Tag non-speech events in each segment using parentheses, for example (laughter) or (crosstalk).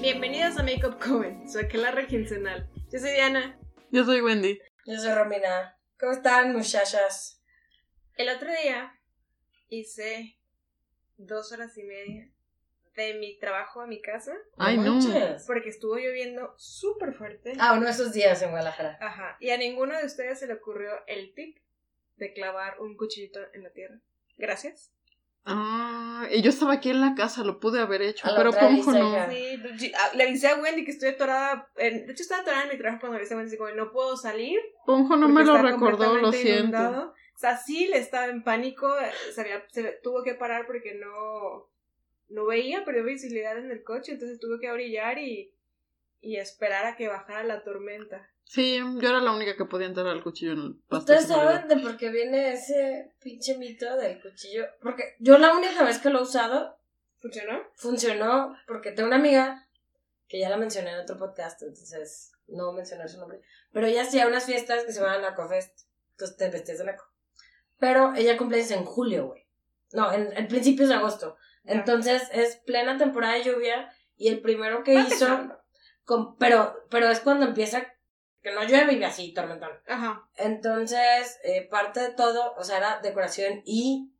Bienvenidos a Makeup Coven, su aquelarre quincenal. Yo soy Diana. Yo soy Wendy. Yo soy Romina. ¿Cómo están, muchachas? El otro día hice dos horas y media de mi trabajo a mi casa Ay, no. manches. porque estuvo lloviendo súper fuerte. Ah, uno de esos días en Guadalajara. Ajá. Y a ninguno de ustedes se le ocurrió el tip de clavar un cuchillito en la tierra. Gracias. Ah, y yo estaba aquí en la casa, lo pude haber hecho, A la pero otra ¿cómo Lisa, no? ya. Sí, no, sí, ah, le avisé a Wendy que estoy atorada. En, de hecho, estaba atorada en mi trabajo cuando le avisé a Wendy, así como, no puedo salir. Ponjo no porque me lo está recordó, lo completamente siento. inundado. O sea, sí le estaba en pánico, se, había- se tuvo que parar porque no, no veía, perdió visibilidad en el coche, entonces tuvo que orillar y, y esperar a que bajara la tormenta. Sí, yo era la única que podía entrar al cuchillo en el pasto. ¿Ustedes se me olvidó. saben de por qué viene ese pinche mito del cuchillo? Porque yo la única vez que lo he usado ¿Funcionó? funcionó porque tengo una amiga que ya la mencioné en otro podcast, entonces no voy a mencionar su nombre. Pero ella hacía unas fiestas que se llamaban Narcofest. Entonces te vestías de narco. Pero ella cumple en julio, güey. No, en, en principios de agosto. Entonces es plena temporada de lluvia y el primero que Va hizo... empezando. con- pero, pero es cuando empieza que no llueve y así, tormentón. Ajá. Entonces, eh, parte de todo, o sea, era decoración y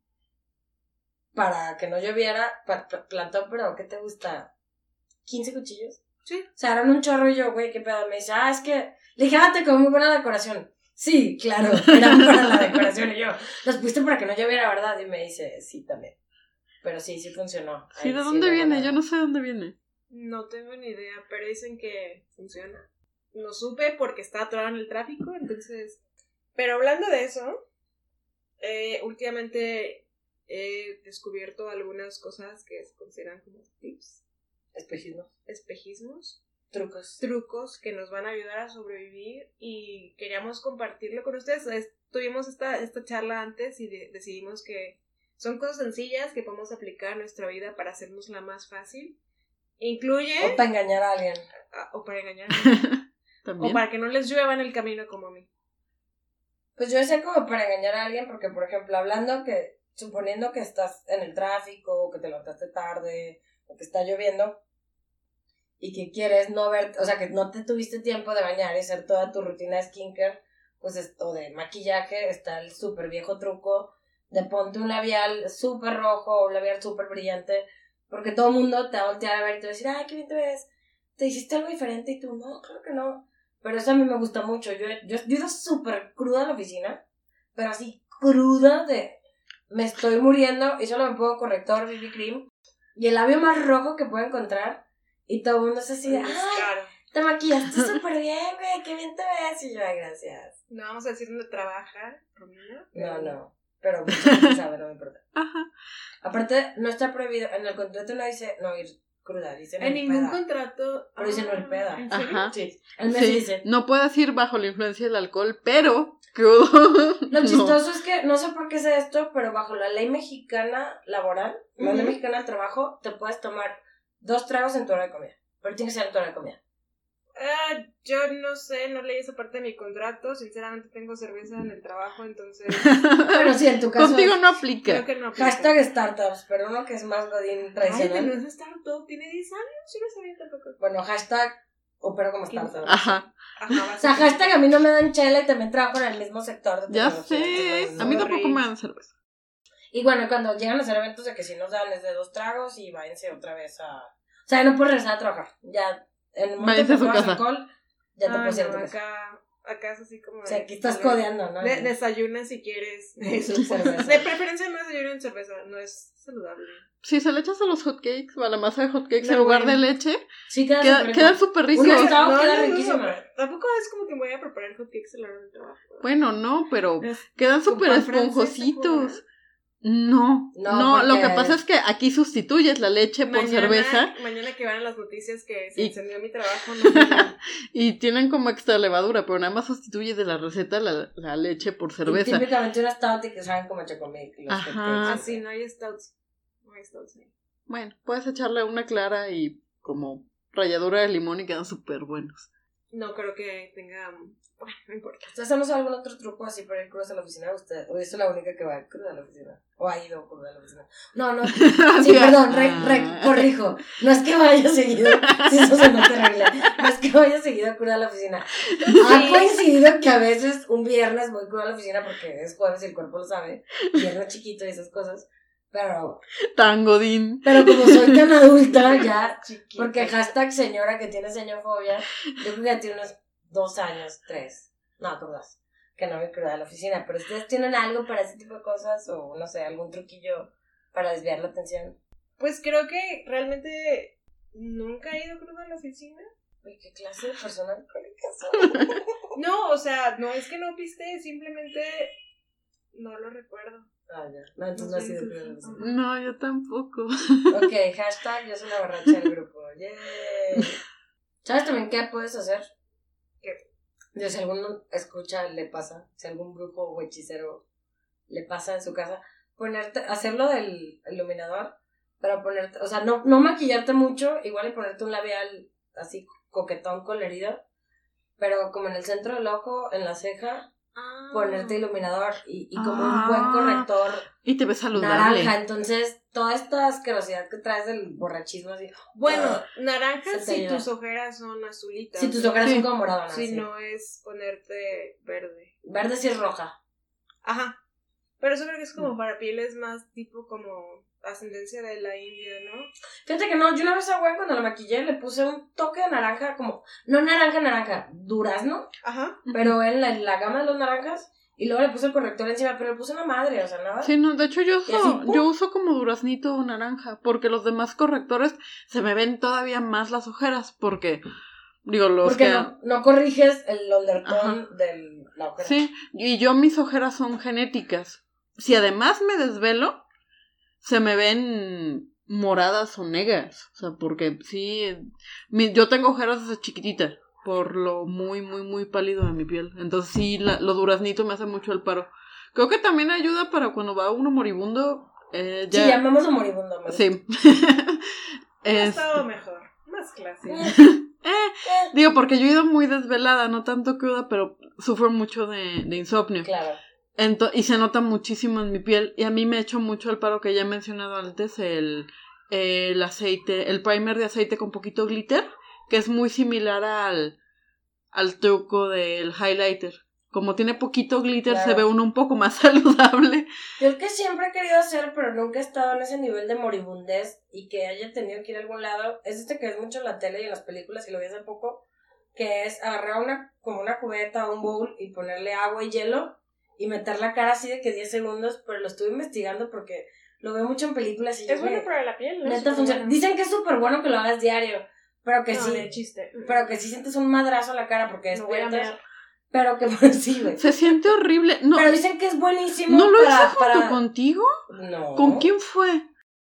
para que no lloviera, pa- pa- plantó, pero ¿qué te gusta? ¿15 cuchillos? Sí. O sea, eran un chorro y yo, güey, qué pedo. Me dice, ah, es que, le dije, ah, te quedó muy buena decoración. Sí, claro, eran para la decoración y yo. Los pusiste para que no lloviera, ¿verdad? Y me dice, sí, también. Pero sí, sí funcionó. Sí, Ahí ¿de dónde la viene? verdad. Yo no sé de dónde (laughs) viene. No tengo ni idea, pero dicen que funciona. No supe porque estaba atorada en el tráfico, entonces... Pero hablando de eso, eh, últimamente he descubierto algunas cosas que se consideran como tips, Espejismo. espejismos, Trucos. trucos que nos van a ayudar a sobrevivir y queríamos compartirlo con ustedes. Es- tuvimos esta, esta charla antes y de- decidimos que son cosas sencillas que podemos aplicar a nuestra vida para hacernosla más fácil. Incluye... O para engañar a alguien. Ah, o para engañar. o También. para que no les llueva en el camino como a mí. Pues yo decía como para engañar a alguien, porque por ejemplo, hablando que, suponiendo que estás en el tráfico, o que te levantaste tarde, o que está lloviendo, y que quieres no ver, o sea, que no te tuviste tiempo de bañar y hacer toda tu rutina de skincare, pues esto de maquillaje, está el súper viejo truco de ponte un labial súper rojo o un labial súper brillante, porque todo el mundo te va a voltear a ver y te va a decir, ay, qué bien te ves, te hiciste algo diferente, y tú, no, claro que no. Pero eso a mí me gusta mucho. Yo, yo, yo he ido súper cruda a la oficina, pero así cruda de me estoy muriendo y solo me pongo corrector, BB cream y el labio más rojo que puedo encontrar. Y todo el mundo es así de, ¡ay! Claro. Te (laughs) maquillaste súper bien, güey, qué bien te ves. Y yo, ay, gracias. No vamos a decir dónde trabaja, Romina. No, no, pero mucha gente sabe, no me importa. Ajá. Aparte, no está prohibido, en el contrato no dice no ir cruda, dice no En ir ningún peda. contrato. Pero dice no el peda. ¿En serio? Ajá. Ah, Sí, el mes Sí, dice. no puedes ir bajo la influencia del alcohol, pero (laughs) crudo. Lo (laughs) No. chistoso es que no sé por qué sea esto, pero bajo la ley mexicana laboral, la ley Ujú. mexicana del trabajo, te puedes tomar dos tragos en tu hora de comida. Pero tiene que ser en tu hora de comida. Ah, yo no sé, no leí esa parte de mi contrato. Sinceramente tengo cerveza en el trabajo, (laughs) entonces (laughs) Pero sí, en tu caso. Contigo no creo aplica. que no. aplica. (laughs) Hashtag startups, pero uno que es más godín Ay, tradicional. pero es startup, tiene 10 años, yo no sabía tampoco. Bueno, hashtag opero como startup. Ajá. Ajá, (laughs) O sea, hashtag a mí no me dan chela y también trabajo en el mismo sector. de Ya tecnología, sé. entonces, A mí no. tampoco me dan cerveza. Y bueno, cuando llegan a hacer eventos de que si nos dan es de dos tragos y váyanse otra vez a... O sea, ya no puedes regresar a trabajar. Ya, en el Váyanse momento a que su pruebas casa. alcohol, ya te Ah, puedes ir a tu no, casa. acá, acá es así como. O sea, de- aquí estás codeando, ¿no? de- desayuna si (laughs) quieres. Sí, cerveza. De preferencia no desayunen cerveza, no es saludable. Si se le echas a los hotcakes o a la masa de hotcakes No, en lugar de bueno. leche, Sí, queda queda- súper quedan rico. súper ricos. Una está- Estaba- queda no, riquísima. pero Tampoco es como que me voy a preparar hotcakes a la hora del trabajo. Bueno, no, pero Es- quedan con súper Eh, pan francés, esponjositos. No, No, no, lo que porque- pasa es que aquí sustituyes la leche por Mañana- cerveza Mañana que van a las noticias que se Y- incendió mi trabajo. (laughs) No, y tienen como extra levadura, pero nada más sustituyes de la receta la, la leche por cerveza. Típicamente una stout y que saben como chocomil. los Ajá. cupcakes. así Ah, no hay stouts. No hay stouts. ahí. Bueno, puedes echarle una clara y como ralladura de limón y quedan súper buenos. No creo que tenga. Bueno, no importa. ¿Ustedes hacemos algún otro truco así para ir crudas a la oficina? ¿Usted, ¿O es la única que va cruda a la oficina? ¿O ha ido cruda a la oficina? No, no. (laughs) (laughs) Sí, perdón, re, ah. re- corrijo. No es que vaya seguido. Si eso se nota regla. No es que vaya seguido cruda a la oficina. Ha coincidido que a veces un viernes voy cruda a la oficina porque es jueves y el cuerpo lo sabe. Viernes chiquito y esas cosas. Pero, Tangodín. pero como soy tan adulta (laughs) ya, Chiquito. porque hashtag señora que tiene señorfobia, yo creo que ya tiene unos dos años, tres, no, como dos, que no me cruda a la oficina. Pero ustedes tienen algo para ese tipo de cosas o no sé, algún truquillo para desviar la atención. Pues creo que realmente nunca he ido cruda a la oficina. Uy, qué clase de persona alcohólica soy. No, o sea, no es que no piste, simplemente no lo recuerdo. Ah, ya. No, entonces no ha sido cruda a la oficina. No, yo tampoco. Ok, hashtag yo soy la borracha del grupo. Yay. (laughs) ¿Sabes también qué puedes hacer? ¿Qué? Digo, si alguno escucha, le pasa, si algún brujo o hechicero le pasa en su casa, ponerte, hacerlo del iluminador, pero ponerte, o sea, no, no maquillarte mucho, igual y ponerte un labial así coquetón colorido, pero como en el centro del ojo, en la ceja, ponerte iluminador y, y como un buen Ah. corrector Y te ves saludable. naranja. Entonces, toda esta asquerosidad que traes del borrachismo, así. Bueno, Ah, naranja se te si ayuda. tus ojeras son azulitas. si tus ojeras Sí. son como moradas, Si así. no es ponerte verde. Verde sí es roja. Ajá. Pero eso creo que es Mm. como para pieles más tipo como ascendencia de la India, ¿no? Fíjate que no, yo una vez a güey cuando la maquillé le puse un toque de naranja, como, no naranja, naranja, durazno, Ajá. pero en la, en la gama de los naranjas, y luego le puse el corrector encima, pero le puse una madre, o sea, nada. Sí, no, de hecho yo Y así, uso, ¡pum! yo uso como duraznito o naranja, porque los demás correctores se me ven todavía más las ojeras, porque, digo, los Porque que... no, no corriges el undertone de la ojera. Sí, y yo mis ojeras son genéticas. Si además me desvelo, se me ven moradas o negras, o sea, porque sí, mi- yo tengo ojeras desde chiquitita, por lo muy, muy, muy pálido de mi piel. Entonces sí, la- lo duraznito me hace mucho el paro. Creo que también ayuda para cuando va uno moribundo. eh, Sí, llamamos a moribundo. amor. Sí. (laughs) Ha Es- estado mejor. Más clásico. (laughs) eh, Eh, digo, porque yo he ido muy desvelada, no tanto cruda, pero sufro mucho de, de insomnio. Claro. Ento- y se nota muchísimo en mi piel. Y a mí me ha hecho mucho el paro que ya he mencionado antes, el, el aceite, el primer de aceite con poquito glitter, que es muy similar al, al truco del highlighter. Como tiene poquito glitter, Claro. se ve uno un poco más (laughs) saludable. Yo el que siempre he querido hacer, pero nunca he estado en ese nivel de moribundez y que haya tenido que ir a algún lado, es este que es mucho en la tele y en las películas y lo vi hace poco, que es agarrar una, como una cubeta o un bowl y ponerle agua y hielo y meter la cara así de que 10 segundos, pero lo estuve investigando porque lo veo mucho en películas y yo Es bueno me- para la piel, ¿no? neta Súper funciona. bueno. Dicen que es súper bueno que lo hagas diario, pero que no, sí, de chiste. Mm. pero que sí sientes un madrazo en la cara porque No voy a despiertas, mear. pero que (laughs) por sí, güey. Se siente horrible. No, Pero dicen que es buenísimo ¿no lo hice para, junto para- contigo? No. ¿Con quién fue?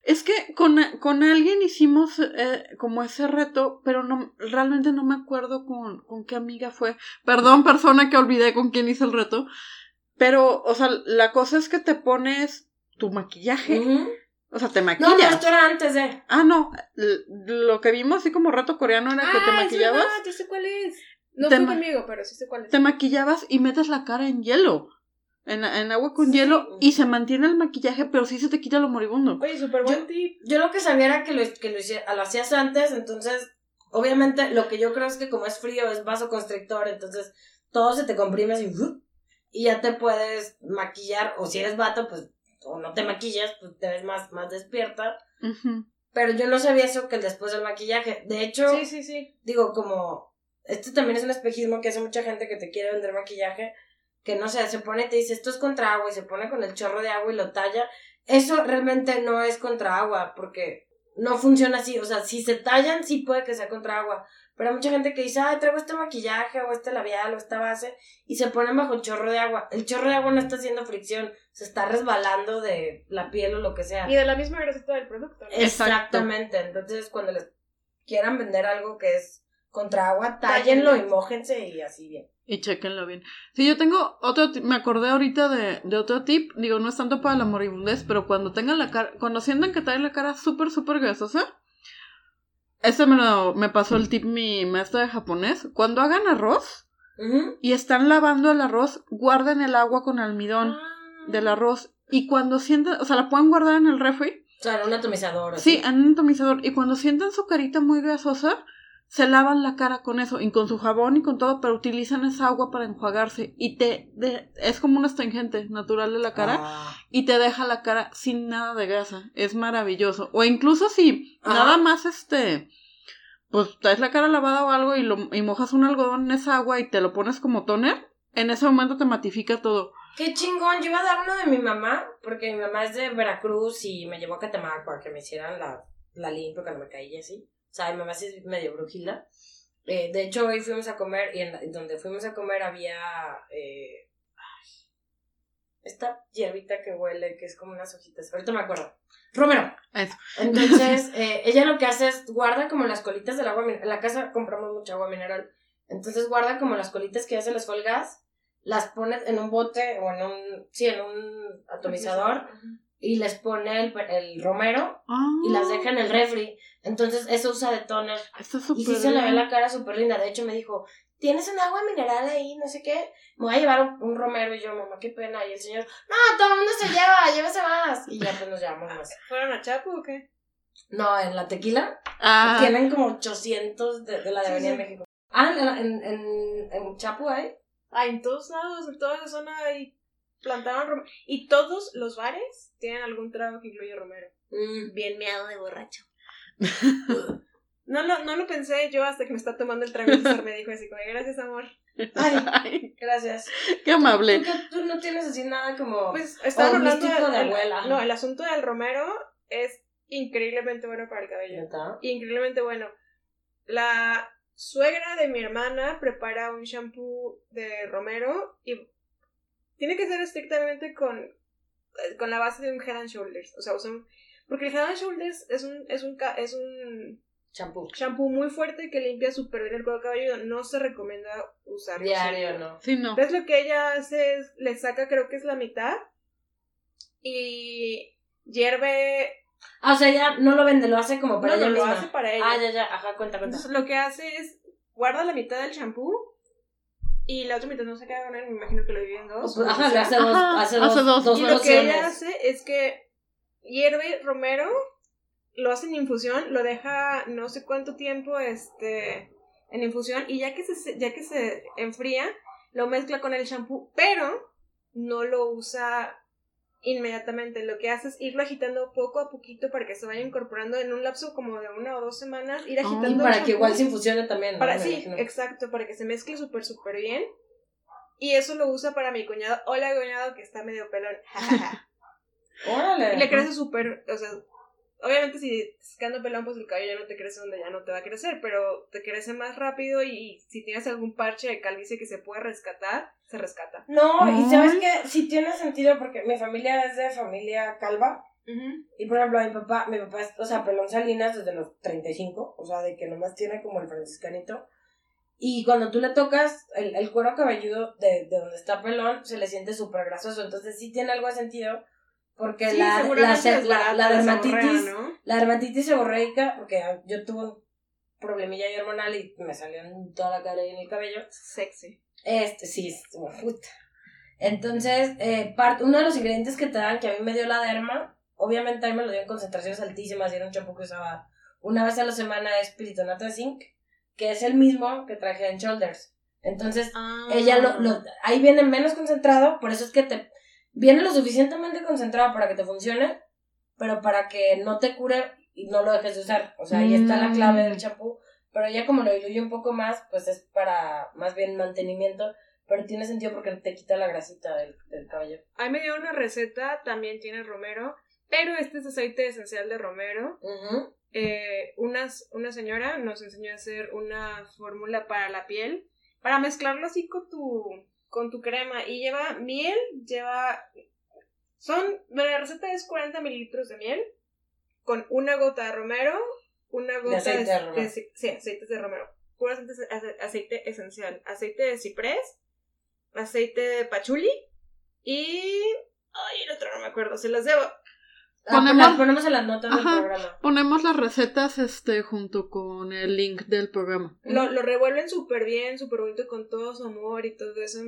Es que con, con alguien hicimos eh, como ese reto, pero no realmente no me acuerdo con, con qué amiga fue. Perdón, persona que olvidé con quién hice el reto. Pero, o sea, la cosa es que te pones tu maquillaje. Ujú. O sea, te No, no, maquillas. esto era antes de. Ah, no. l- Lo que vimos así como reto coreano era que te Ah, es maquillabas. verdad, yo sé cuál es. No Te fue ma- conmigo, pero sí sé cuál es. Te maquillabas y metes la cara en hielo. En, en agua con Sí. hielo. Y se mantiene el maquillaje, pero sí se te quita lo moribundo. Oye, súper buen tip. Yo lo que sabía era que lo, que lo, hici- lo hacías antes, entonces, obviamente, lo que yo creo es que como es frío, es vasoconstrictor, entonces todo se te comprime así, ¡uf! y ya te puedes maquillar, o si eres vato, pues, o no te maquillas, pues te ves más, más despierta. Ujú. Pero yo no sabía eso que el después del maquillaje. De hecho, Sí, sí, sí. digo, como, este también es un espejismo que hace mucha gente que te quiere vender maquillaje, que no sé, se pone y te dice, esto es contra agua, y se pone con el chorro de agua y lo talla. Eso realmente no es contra agua, porque no funciona así. O sea, si se tallan, sí puede que sea contra agua. Pero hay mucha gente que dice, ay, traigo este maquillaje, o este labial, o esta base, y se ponen bajo el chorro de agua. El chorro de agua no está haciendo fricción, se está resbalando de la piel o lo que sea. Y de la misma grasita del producto. ¿no? Exacto. Exactamente. Entonces, cuando les quieran vender algo que es contra agua, tállenlo y mójense y así bien. Y chequenlo bien. Sí, yo tengo otro tip, me acordé ahorita de, de otro tip, digo, no es tanto para la moribundez, pero cuando tengan la cara, cuando sientan que traen la cara súper, súper grasosa, Este me lo me pasó el tip mi maestra de japonés. Cuando hagan arroz Ujú. y están lavando el arroz, guarden el agua con Ah. almidón del arroz. Y cuando sientan, o sea, la pueden guardar en el refri. O sea, en un atomizador. así. Sí, en un atomizador. Y cuando sientan su carita muy grasosa, se lavan la cara con eso, y con su jabón y con todo, pero utilizan esa agua para enjuagarse. Y te de- es como un astringente natural de la cara. Ah. Y te deja la cara sin nada de grasa. Es maravilloso. O incluso si Ajá. nada más este. Pues traes la cara lavada o algo y, lo, y mojas un algodón en esa agua y te lo pones como toner. En ese momento te matifica todo. Qué chingón, yo iba a dar uno de mi mamá, porque mi mamá es de Veracruz y me llevó a Catemaco a que me hicieran la, la limpio cuando me caí y así. O sea, mi mamá sí es medio brujilda. Eh, de hecho, hoy fuimos a comer y en la- donde fuimos a comer había eh, ay, esta hierbita que huele, que es como unas hojitas. Ahorita me acuerdo. Romero. Eso. Entonces, (laughs) eh, ella lo que hace es guarda como las colitas del agua mineral. En la casa compramos mucha agua mineral. Entonces guarda como las colitas que ya se las colgas, las pones en un bote o en un, sí, en un atomizador y les pone el, pe- el romero y las deja en el refri. Entonces eso usa de toner. Ah, Está súper. Y sí se le ve bien. la cara súper linda. De hecho me dijo, ¿tienes un agua mineral ahí? No sé qué. Me voy a llevar un, un romero y yo, mamá, qué pena. Y el señor, no, todo el mundo se lleva, llévese más. Y ya pues nos llevamos más. ¿Fueron a Chapo o qué? No, en la tequila Ah, tienen como 800 de, de la de Sí, Avenida sí. México. Ah, en, en, en, en Chapu hay. Ah, en todos lados, en toda la zona ahí plantaron romero. Y todos los bares tienen algún trago que incluye romero. Bien meado de borracho. (laughs) No lo, no lo pensé yo hasta que me está tomando el trago y César me dijo así como, gracias amor. Ay, (laughs) Ay, (laughs) gracias. qué amable. ¿Tú, qué- tú no tienes así nada como... Pues estaban Oh, hablando místico de el- abuela. No, el asunto del romero es increíblemente bueno para el cabello. ¿Neta? Increíblemente bueno. La suegra de mi hermana prepara un shampoo de romero y tiene que ser estrictamente con, con la base de un head and shoulders. O sea, usa un- porque el head and shoulders es un, es un, ca- es un Champú. shampoo muy fuerte que limpia súper bien el cuero cabelludo. No se recomienda usarlo. Diario, seguido. ¿no? Sí, no. Entonces lo que ella hace es, le saca creo que es la mitad y hierve, Ah, o sea, ya no lo vende, lo hace como para no, no, ella lo misma. hace para ella. Ah, ya, ya, ajá, cuenta, cuenta. Entonces lo que hace es, guarda la mitad del champú y la otra mitad no se queda con él, me imagino que lo dividen en O dos. pues, o ajá, sea. le hace dos, Ajá, hace dos, hace dos. dos y lo que ella versiones. hace es que hierve romero, lo hace en infusión, lo deja no sé cuánto tiempo este, en infusión y ya que, se, ya que se enfría, lo mezcla con el shampoo, pero no lo usa inmediatamente. Lo que hace es irlo agitando poco a poquito para que se vaya incorporando en un lapso como de una o dos semanas, ir Ah. agitando. Y el para que shampoo. igual se infusione también, ¿no? Para, Me sí, imagino. exacto, para que se mezcle súper, súper bien. Y eso lo usa para mi cuñado. Hola, cuñado, que está medio pelón. Órale. Y le crece súper, o sea, obviamente si estando pelón, pues el cabello ya no te crece donde ya no te va a crecer, pero te crece más rápido y, y si tienes algún parche de calvicie que se puede rescatar, se rescata. No, y Ay. sabes que sí tiene sentido porque mi familia es de familia calva. Y por ejemplo, mi papá, mi papá es, o sea, pelón Salinas desde los 35, o sea, de que nomás tiene como el franciscanito. Y cuando tú le tocas el, el cuero cabelludo de, de donde está pelón, se le siente súper grasoso. Entonces sí tiene algo de sentido, porque Sí, la, la, seguramente la, es barata, la es dermatitis, seborrea, ¿no? la dermatitis seborreica, porque yo tuve un problemilla ahí hormonal y me salió en toda la cara y en el cabello. Sexy. Este, sí, es como puta. Entonces, eh, parte, uno de los ingredientes que te dan, que a mí me dio la derma, obviamente a mí me lo dio en concentraciones altísimas y era un champú que usaba una vez a la semana, es piritonato de zinc, que es el mismo que traje en Shoulders. Entonces, ella lo, lo- ahí viene menos concentrado, por eso es que te viene lo suficientemente concentrado para que te funcione, pero para que no te cure y no lo dejes de usar. O sea, ahí está la clave Mm. del champú, pero ya como lo diluye un poco más, pues es para más bien mantenimiento, pero tiene sentido porque te quita la grasita del, del cabello. Ahí me dio una receta, también tiene romero, pero este es aceite esencial de romero. eh, unas, una señora nos enseñó a hacer una fórmula para la piel, para mezclarlo así con tu, con tu crema. Y lleva miel, lleva... Son, bueno, la receta es 40 mililitros de miel con una gota de romero, una gota aceite de romero. ci- sí, aceites de romero. Puro aceite, ace- aceite esencial. Aceite de ciprés, aceite de pachuli y... Ay, el otro no me acuerdo, se los debo. Ah, pues Ponemos- las ponemos en las notas Ajá. del programa. Ponemos las recetas este junto con el link del programa. Lo, lo revuelven súper bien, súper bonito con todo su amor y todo eso.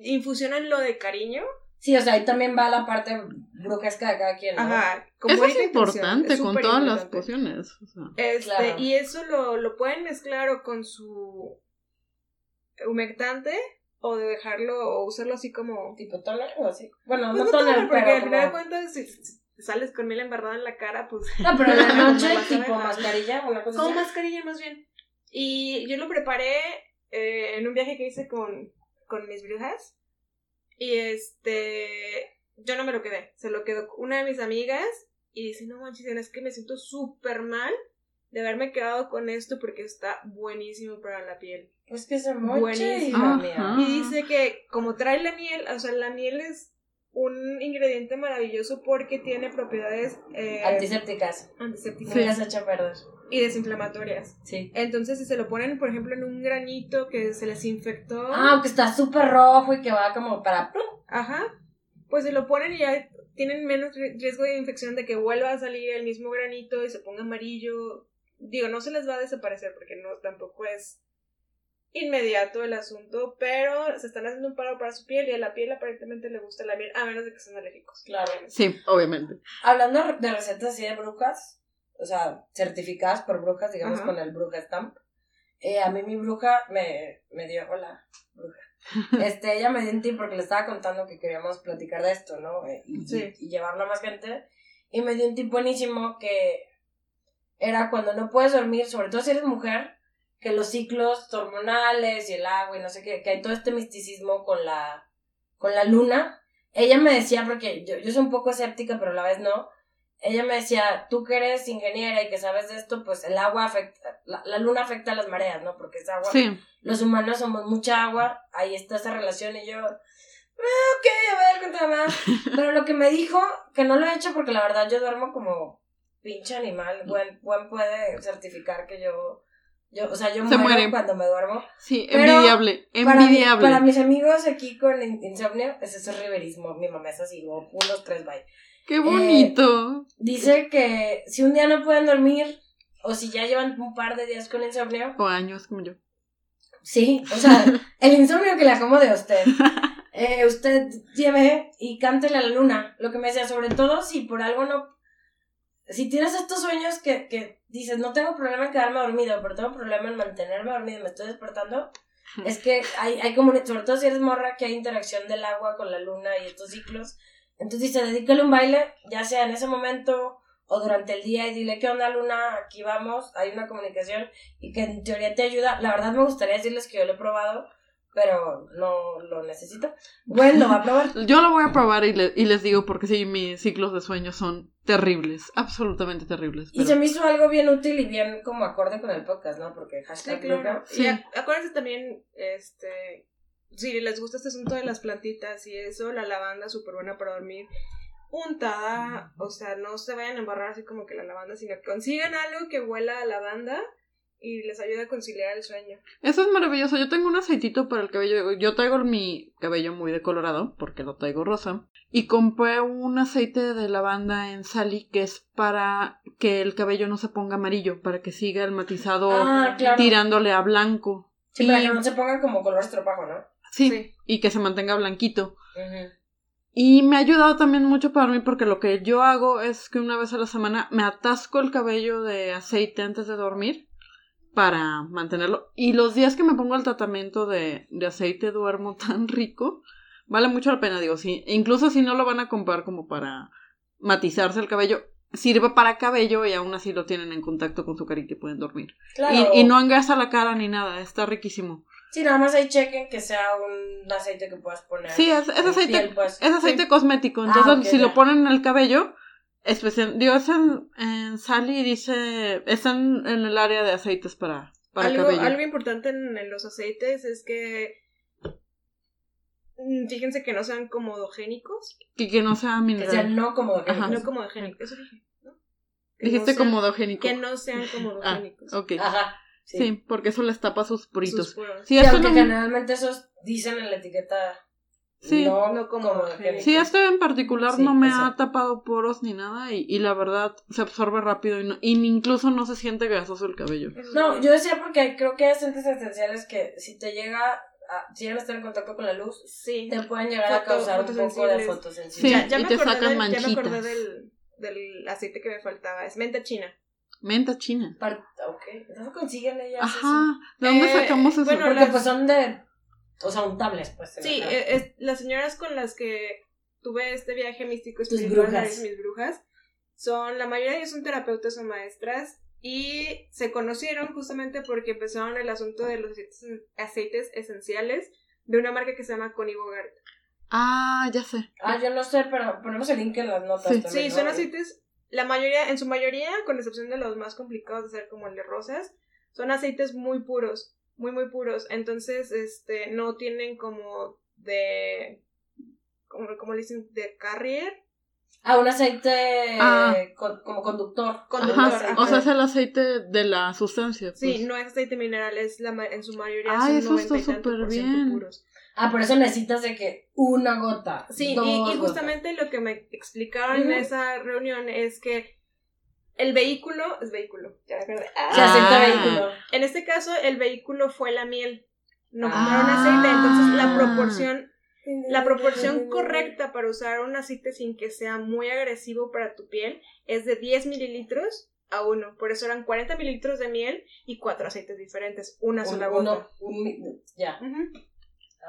Infusionan lo de cariño. Sí, o sea, ahí también va la parte brujesca de cada quien, ¿no? Ajá. con Eso es bonita intención, importante es con súper todas las importante. pociones. o sea. Este, Claro. Y eso lo, lo pueden mezclar o con su humectante o de dejarlo o usarlo así como... Tipo toner o así. Bueno, Pues no, no toner, toner, porque pero al final de como- cuentas si, si sales con miel embarrada en la cara, pues... No, pero en la (laughs) noche, Como la tipo cara. mascarilla, una cosa Con así. mascarilla más bien. Y yo lo preparé eh, en un viaje que hice con, con mis brujas. Y este... Yo no me lo quedé, se lo quedó una de mis amigas y dice, no manches, Diana, es que me siento súper mal de haberme quedado con esto porque está buenísimo para la piel. Pues que se moche, Buenísimo. hija Ajá. mía. Y Ah. dice que como trae la miel, o sea, la miel es un ingrediente maravilloso porque tiene propiedades eh, Antisépticas. antisépticas Nunca se echa a perder. y desinflamatorias. Sí. Entonces, si se lo ponen, por ejemplo, en un granito que se les infectó, Ah, que está súper rojo y que va como para... ajá, pues se lo ponen y ya tienen menos ri- riesgo de infección de que vuelva a salir el mismo granito y se ponga amarillo. Digo, no se les va a desaparecer porque no tampoco es inmediato el asunto, pero se están haciendo un paro para su piel y a la piel aparentemente le gusta la miel, a menos de que sean alérgicos. Claro. Sí, obviamente. Hablando de recetas así de brujas, o sea, certificadas por brujas, digamos, Ajá. con el bruja stamp, eh, a mí mi bruja me, me dio, hola, (laughs) bruja. Este, ella me dio un tip porque le estaba contando que queríamos platicar de esto, ¿no? Eh, y, Sí. y llevarlo a más gente. Y me dio un tip buenísimo que era cuando no puedes dormir, sobre todo si eres mujer, que los ciclos hormonales y el agua y no sé qué, que hay todo este misticismo con la, con la luna. Ella me decía, porque yo, yo soy un poco escéptica, pero a la vez no, ella me decía, tú que eres ingeniera y que sabes de esto, pues el agua afecta, la, la luna afecta a las mareas, ¿no? Porque es agua. Sí. Los humanos somos mucha agua, ahí está esa relación y yo, ah, ok, a ver, (laughs) cuéntame más. Pero lo que me dijo, que no lo he hecho porque la verdad yo duermo como pinche animal. Buen, buen puede certificar que yo, yo o sea, yo Se muero muere. cuando me duermo. Sí, Pero envidiable, Para mi- envidiable. Para, mis amigos aquí con in- insomnio, ese es el riverismo. Mi mamá es así, como unos tres bye. Qué bonito. Dice que si un día no pueden dormir o si ya llevan un par de días con insomnio, O años como yo. sí, o sea, el insomnio que le acomode a usted, eh, usted lleve y cántele a la luna, lo que me decía, sobre todo si por algo no, si tienes estos sueños que, que dices, no tengo problema en quedarme dormido, pero tengo problema en mantenerme dormido y me estoy despertando. Es que hay, hay como, sobre todo si eres morra, que hay interacción del agua con la luna y estos ciclos. Entonces dice, dedícale un baile, ya sea en ese momento o durante el día y dile, ¿qué onda luna? Aquí vamos, hay una comunicación y que en teoría te ayuda. La verdad me gustaría decirles que yo lo he probado, pero no lo necesito. Bueno, lo va (laughs) a probar. Yo lo voy a probar y, le- y les digo porque sí, mis ciclos de sueño son terribles, absolutamente terribles. Y pero- se me hizo algo bien útil y bien como acorde con el podcast, ¿no? Porque hashtag Sí, claro. Luca. Sí. Y ac- acuérdense también, este, si les gusta este asunto de las plantitas y eso, la lavanda es súper buena para dormir. Untada, o sea, no se vayan a embarrar así como que la lavanda, sino que consigan algo que huela a lavanda y les ayuda a conciliar el sueño. Eso es maravilloso. Yo tengo un aceitito para el cabello. Yo traigo mi cabello muy decolorado porque lo traigo rosa. Y compré un aceite de lavanda en Sally que es para que el cabello no se ponga amarillo, para que siga el matizado Ah, claro. tirándole a blanco. Sí, y, para que no se ponga como color estropajo, ¿no? sí, Sí. y que se mantenga blanquito. Y me ha ayudado también mucho para mí porque lo que yo hago es que una vez a la semana me atasco el cabello de aceite antes de dormir para mantenerlo. Y los días que me pongo el tratamiento de, de aceite duermo (laughs) tan rico, vale mucho la pena, digo, sí, incluso si no lo van a comprar como para matizarse el cabello, sirve para cabello y aún así lo tienen en contacto con su carita y pueden dormir. Claro. Y, y no engasa la cara ni nada, está riquísimo. Sí, nada más ahí chequen que sea un aceite que puedas poner. Sí, es, es en aceite piel, pues. Es aceite cosmético, Ah, entonces ok, si ya. lo ponen en el cabello, especial, digo, es pues en, en Sally dice, están en el área de aceites para, para algo, cabello. algo importante en, en los aceites es que mm, fíjense que no sean comodogénicos, Que, que no sea Que sea mineral. no como de Ajá. no comodogénicos, eso dije, ¿no? Que Ah, Dijiste no sean- comodogénico. Ah, que no sean comodogénicos. Ok. Ajá. sí. ah, Sí. porque eso les tapa sus sus puritos. poros. Sí, Sí, eso aunque no- generalmente esos dicen en la etiqueta Sí. no, No como como, Angélica. Sí, este en particular pues, Sí, no me o sea- ha tapado poros ni nada y, y la verdad se absorbe rápido y, no- y incluso no se siente grasoso el cabello. No, yo decía porque creo que hay aceites esenciales que si te llega a, si llegan a estar en contacto con la luz, Sí. te pueden llegar a Foto- causar un poco de fotosensibles. Sí, fotosensibilidad. y te acordé sacan del- Ya me acordé manchitas. del, del aceite que me faltaba. Es menta china. Menta china. Par- Ok, entonces consiguen ellas eso. Ajá. ¿De dónde Eh, sacamos eso? bueno, Porque las- pues son de, o sea, untables, pues. se Sí, las- eh, es- las señoras con las que tuve este viaje místico Tus espiritual, brujas. las- mis brujas, son, la mayoría de ellas son terapeutas o maestras y se conocieron justamente porque empezaron el asunto de los aceites, aceites esenciales de una marca que se llama Connie Bogart. Ah, ya sé. Ah, yo no sé, pero ponemos el link en las notas. Sí. también, Sí, ¿no? son aceites, la mayoría, en su mayoría, con excepción de los más complicados de hacer como el de rosas, son aceites muy puros, muy muy puros. Entonces, este, no tienen como de, como, como le dicen, de carrier, Ah, un aceite Ah. eh, con- como conductor. Conductor, Ajá. ajá. O sea, es el aceite de la sustancia. Sí, pues. no es aceite mineral, es la ma- en su mayoría Ah, son eso 90 y está tanto súper por ciento bien. puros. Ah, por eso necesitas de que una gota. Sí, dos y, y gotas. justamente lo que me explicaron en Ujú. esa reunión es que el vehículo es vehículo, ya me acordé. Se Ah, acepta Ah. vehículo. En este caso, el vehículo fue la miel. No compraron Ah. aceite, entonces la proporción, la proporción correcta para usar un aceite sin que sea muy agresivo para tu piel es de 10 mililitros a 1. Por eso eran 40 mililitros de miel y cuatro aceites diferentes, una Un- sola uno- gota. un mi- ya. Ujú.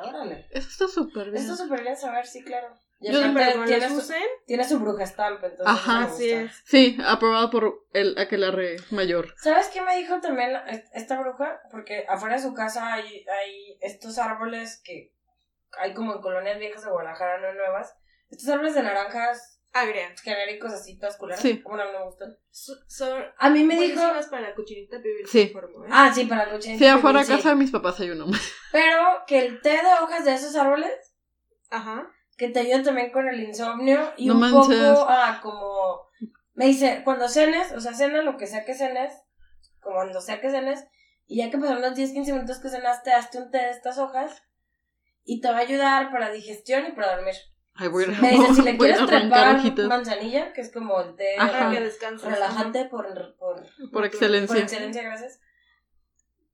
Órale. Eso está súper bien. Esto es súper bien saber, sí, claro. Y Yo Sí, aparte pero como tiene, los su, usen, tiene su bruja estampa, entonces. Ajá. me así gusta. es. Sí, aprobado por el aquelarre mayor. ¿Sabes qué me dijo también la- es- esta bruja? Porque afuera de su casa hay, hay estos árboles que hay como en colonias viejas de Guadalajara, no nuevas. Estos árboles de naranjas Agria. genéricos así, todas culeras. Sí. Bueno, no me gustan. So- Son A mí me dijo... buenísimas para la cochinita pibil, Sí. te informo, ¿eh? Ah, sí, para la lucha. Sí, afuera de independiente, casa de mis papás hay uno. sí. Pero que el té de hojas de esos árboles, Ajá. que te ayuda también con el insomnio y No un manches. poco a como... Me dice, cuando cenes, o sea, cena lo que sea que cenes, como cuando sea que cenes, y ya que pasaron los 10, 15 minutos que cenaste, hazte un té de estas hojas y te va a ayudar para digestión y para (laughs) dormir. Ay, voy a ir a- Me dice, (laughs) si voy le a quieres ir a trepar arrancar hojitas manzanilla, que es como el té Ajá. Para que rela- descanses. relajante por, por, por por Pues excelencia. excelencia, gracias,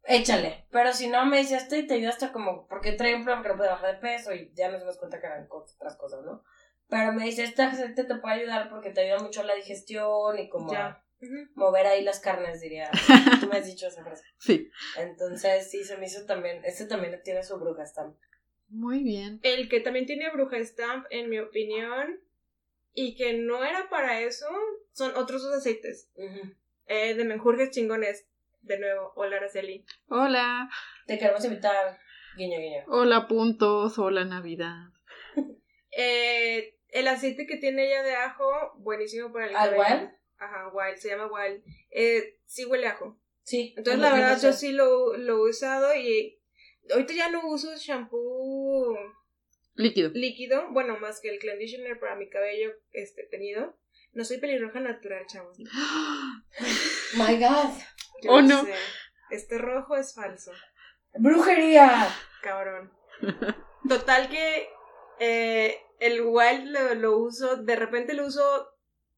échale. Pero si no, me dice esto y te ayuda hasta como, porque trae un plan que no puede bajar de peso y ya nos dimos cuenta que eran co- otras cosas, ¿no? Pero me dice, esta aceite te puede ayudar porque te ayuda mucho a la digestión y como Ya. a Ujú. mover ahí las (laughs) carnes, diría. Tú me has dicho esa frase. Sí. Entonces, sí, se me hizo también. Este también tiene su bruja stamp. Muy bien. El que también tiene bruja stamp, en mi opinión, y que no era para eso, son otros dos aceites. Ujú. eh, de menjurjes chingones. De nuevo, hola Araceli. Hola. Te queremos invitar, guiño, guiño. Hola puntos. Hola Navidad. Eh, el aceite que tiene ella de ajo, buenísimo para el ¿Al cabello. wild? Ajá, wild, se llama wild. Eh, sí huele a ajo. Sí. Entonces, es la lo que verdad, dice. yo sí lo, lo he usado y ahorita ya no uso shampoo Líquido. (gasps) líquido, bueno, más que el conditioner para mi cabello este teñido. No soy pelirroja natural, chavos. My God. Yo Oh, no. sé. Este rojo es falso, ¡Brujería! cabrón. Total que eh, el wild lo, lo uso, de repente lo uso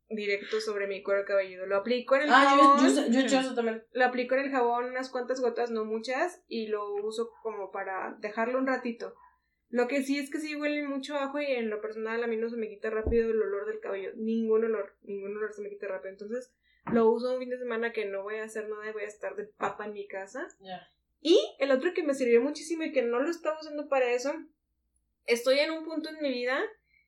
directo sobre mi cuero cabelludo. Lo aplico en el Ah, jabón. yo, yo, yo, yo eso también. Lo aplico en el jabón unas cuantas gotas, no muchas, y lo uso como para dejarlo un ratito. Lo que sí es que sí huele mucho a ajo y en lo personal a mí no se me quita rápido el olor del cabello. Ningún olor, ningún olor se me quita rápido. Entonces lo uso un fin de semana que no voy a hacer nada y voy a estar de papa en mi casa. Ya. Y el otro que me sirvió muchísimo y que no lo estaba usando para eso, estoy en un punto en mi vida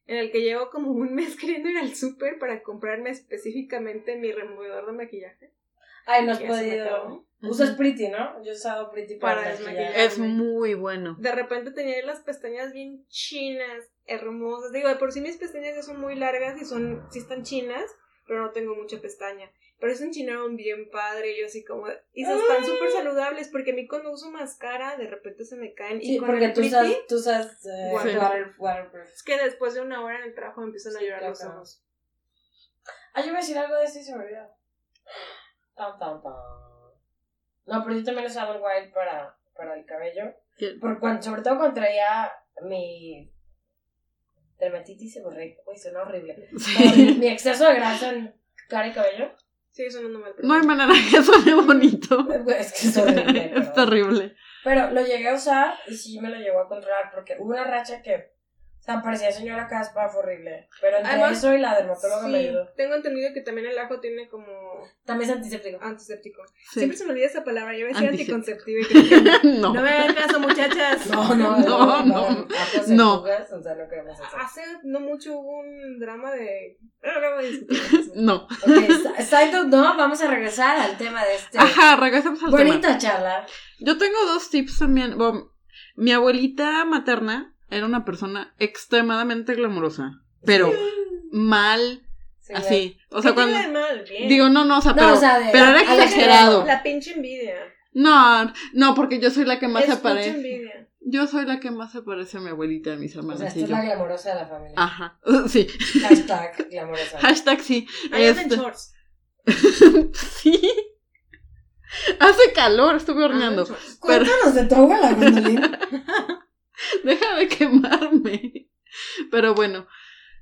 en el que llevo como un mes (laughs) queriendo ir al súper para comprarme específicamente mi removedor de maquillaje. Ay, no has Y ya se me podido. acabó. Usas Pretty, ¿no? Yo he usado Pretty para, Para maquillar. desmaquillar. Es muy bueno. De repente tenía las pestañas bien chinas, hermosas. Digo, de por sí mis pestañas ya son muy largas y son, sí están chinas, pero no tengo mucha pestaña. Pero se enchinaron bien padre, y yo así como... Y se ¡Ah! están súper saludables, porque a mí cuando uso máscara, de repente se me caen. y Sí, con porque el tú Pretty, usas, tú usas eh, Water- water- waterproof. es que después de una hora en el trabajo me empiezan a Sí, llorar claro. los ojos. Ah, yo iba a decir algo de esto y se me olvidó. Tan, tan, tan. No, pero yo también usaba el wild para, para el cabello. ¿Qué? Por cuan- sobre todo cuando traía mi dermatitis seborreica. Güey, suena (laughs) horrible. Pero Sí. Mi exceso de grasa en cara y cabello. (laughs) Sí, eso no mal. pero- (laughs) No hay manera que suene bonito. Güey, (laughs) Es que (laughs) es horrible. (laughs) Es pero- terrible. Pero lo llegué a usar y sí me lo llegó a controlar porque hubo una racha que, o sea, parecía señora caspa, fue horrible. Pero entre Además, eso y la dermatóloga me Sí, ayudó. tengo entendido que también el ajo tiene como También es antiséptico. antiséptico. Sí. Siempre se me olvida esa palabra, yo decía Antiséptico. anticonceptivo y creo que- (laughs) No. No me hagan caso, muchachas. No, no, No, no. no, no. Ajos en No. jugas, o sea, no queremos eso. Hace no mucho hubo un drama de. Bueno, luego (laughs) discutimos eso. No. Ok, side note, no, vamos a regresar al tema de este. Ajá, regresemos al tema. Bonita charla. Yo tengo dos tips también. Bueno, mi abuelita materna era una persona extremadamente glamurosa, pero mal, Sí, así. O ¿Qué sea, tiene cuando... de mal? Bien. Digo, no, no, o sea, No, pero, o sea, de- pero era a la- exagerado. La pinche envidia. No, no, porque yo soy la que más Es se mucha parece. envidia. Yo soy la que más se parece a mi abuelita, a mis O hermanas sea, esta y es yo. la glamorosa de la familia. Ajá, (laughs) sí. Hashtag glamorosa. Ah. (laughs) Hashtag sí. Ahí anda en Este- shorts. (laughs) sí. Hace calor, estuve Anda en horneando. shorts. Cuéntanos de tu abuela, Gwendolyn. (laughs) Deja de quemarme. Pero bueno,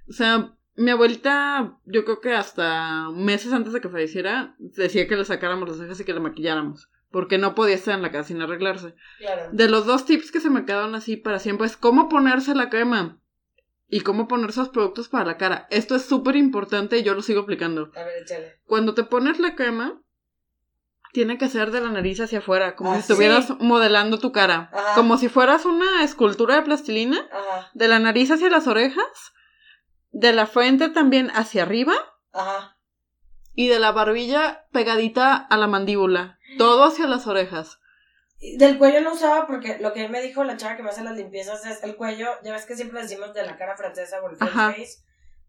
o sea, mi abuelita, yo creo que hasta meses antes de que falleciera, decía que le sacáramos las cejas y que le maquilláramos. Porque no podía estar en la casa sin arreglarse. Claro. De los dos tips que se me quedaron así para siempre es cómo ponerse la crema y cómo ponerse los productos para la cara. Esto es súper importante y yo lo sigo aplicando. A ver, échale. Cuando te pones la crema, tiene que ser de la nariz hacia afuera, como Ah, si estuvieras sí. modelando tu cara. Ajá. Como si fueras una escultura de plastilina Ajá, de la nariz hacia las orejas, de la frente también hacia arriba ajá. y de la barbilla pegadita a la mandíbula, todo hacia las orejas. Y Del cuello no usaba porque lo que me dijo la chava que me hace las limpiezas es el cuello. Ya ves que siempre decimos de la cara francesa o el French Ajá. face,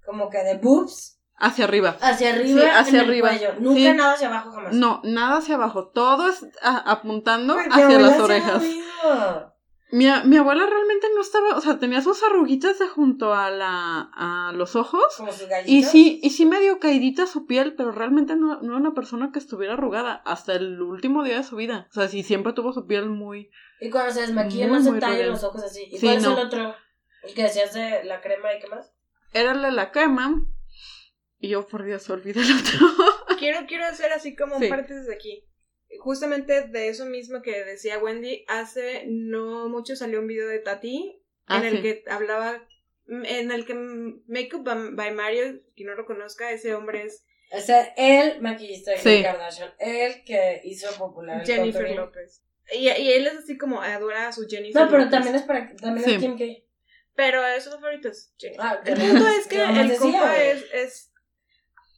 como que de boobs Hacia arriba. hacia arriba, Sí, hacia en el arriba. cuello. Nunca Sí. nada hacia abajo jamás. No, nada hacia abajo, todo es a- apuntando Ay, mi hacia abuela las se orejas. movió. Mi, a- mi abuela realmente no estaba, o sea, tenía sus arruguitas de junto a la a los ojos. Como sus gallitos. Y sí, y sí medio caidita su piel, pero realmente no, no era una persona que estuviera arrugada hasta el último día de su vida. O sea, sí siempre tuvo su piel muy... Y cuando se desmaquilla Muy, no se muy tallan rural. los ojos así. ¿Y Sí, cuál es no. el otro? El que decías de la crema y qué más. Era la, la crema. Y yo, por Dios, olvidé el otro. Quiero, quiero hacer así como Sí. partes de aquí. Justamente de eso mismo que decía Wendy, hace no mucho salió un video de Tati Ah, en el sí. que hablaba, en el que Makeup by- by Mario, quien no lo conozca, ese hombre es O sea, el maquillista de Kim Sí. Kardashian. El que hizo popular el Jennifer contouring. López. Y, y él es así como adora a su Jennifer No, pero López. también es para también Sí. es Kim K. Pero esos favoritos, Jennifer. Ah, El punto es que yo nomás el decía, compa güey. es, es-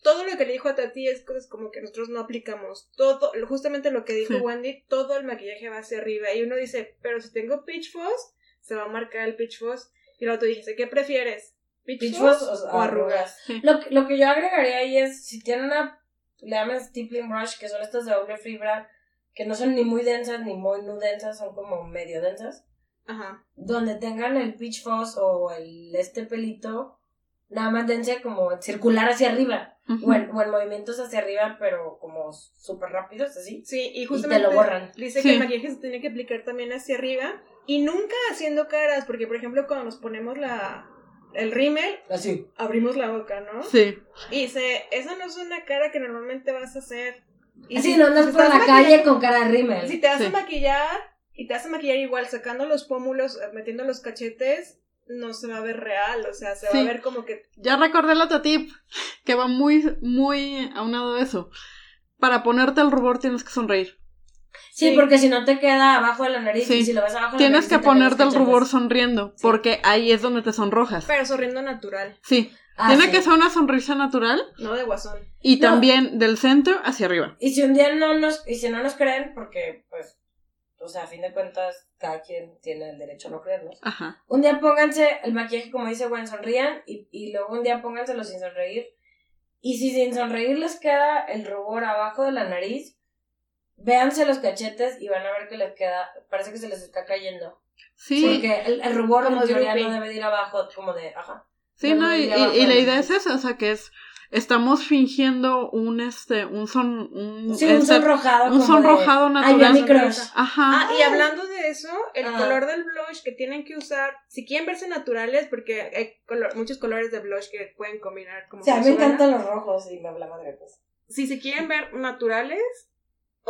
Todo lo que le dijo a Tati es cosas como que nosotros no aplicamos. Todo, justamente lo que dijo Sí. Wendy, todo el maquillaje va hacia arriba. Y uno dice, pero si tengo pitch fuzz, se va a marcar el pitch fuzz. Y el otro dice, ¿qué prefieres? ¿Pitch, Pitch fuzz fuzz o arrugas? Lo, que- lo que yo agregaría ahí es, si tienen una, le llaman stippling brush, que son estas de doble fibra, que no son ni muy densas ni muy no densas, son como medio densas, Ajá. donde tengan el peach fuzz o el este pelito, nada más dense como circular hacia arriba, Ujú. o, en, o en movimientos hacia arriba, pero como súper rápidos, así. Sí, y Y, justamente... te lo borran. Dice Sí. que el maquillaje se tiene que aplicar también hacia arriba y nunca haciendo caras, porque por ejemplo cuando nos ponemos la el rímel, Así. abrimos la boca, ¿no? Sí. Y dice, esa no es una cara que normalmente vas a hacer. Y Así, si- no andas si por estás la maquilla- calle pues, con cara de rímel. Si te vas Sí. a maquillar y te vas a maquillar igual, sacando los pómulos, eh, metiendo los cachetes, no se va a ver real, o sea, se va Sí. a ver como que... Ya recordé el otro tip que va muy, muy aunado a eso. Para ponerte el rubor tienes que sonreír. Sí, Sí. porque si no te queda abajo de la nariz Sí. y si lo vas abajo de la Tienes nariz. que te quedan los ponerte el cachetes. rubor sonriendo, Sí. porque ahí es donde te sonrojas. Pero sonriendo natural, Sí, Ah, tiene sí. que ser una sonrisa natural no de guasón. y No. también del centro hacia arriba. Y si un día no nos, y si no nos creen, porque pues, o sea, a fin de cuentas, cada quien tiene el derecho a no creernos. Ajá. Un día pónganse el maquillaje, como dice Gwen, sonrían, y, y luego un día pónganselo sin sonreír. Y si sin sonreír les queda el rubor abajo de la nariz, véanse los cachetes y van a ver que les queda, parece que se les está cayendo. Sí, Porque el, el rubor Como en teoría droopy. no debe de ir abajo, como de, ajá. sí, no, y, y- y la idea es esa, o sea, que es estamos fingiendo un este un son un Sí, un este- sonrojado. un como sonrojado de, Ay, natural. ya mi crush. Ajá. Ah, y hablando de eso, el Ah. color del blush que tienen que usar, si quieren verse naturales, porque hay color- muchos colores de blush que pueden combinar como O sea, a con mí me su gana. encantan los rojos y me habla madre pues. Si se quieren ver naturales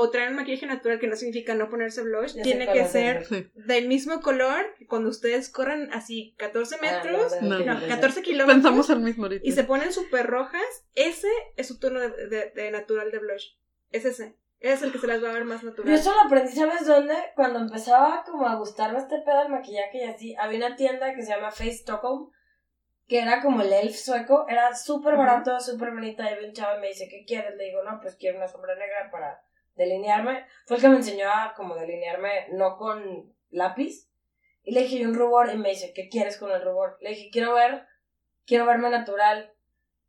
o traer un maquillaje natural que no significa no ponerse blush, Ya sé tiene cuál que vas a ser decir. Sí. del mismo color que cuando ustedes corran así 14 metros, Ah, No. no, no, no. 14 kilómetros Pensamos el mismo ahorita. y se ponen súper rojas, ese es su tono de, de- de natural de blush. Es ese. Es el que se las va a ver más Yo natural. eso lo aprendí, ¿sabes dónde? Cuando empezaba como a gustarme este pedo del maquillaje y así, había una tienda que se llama Face Stockholm, que era como el elf sueco, era súper Ujú. barato, súper bonita, y había un chavo y me dice, ¿qué quieres? Le digo, no, pues quiero una sombra negra para delinearme. Fue el que me enseñó a como delinearme, no con lápiz. Y le dije, y un rubor, y me dice, ¿qué quieres con el rubor? Le dije, quiero ver, quiero verme natural.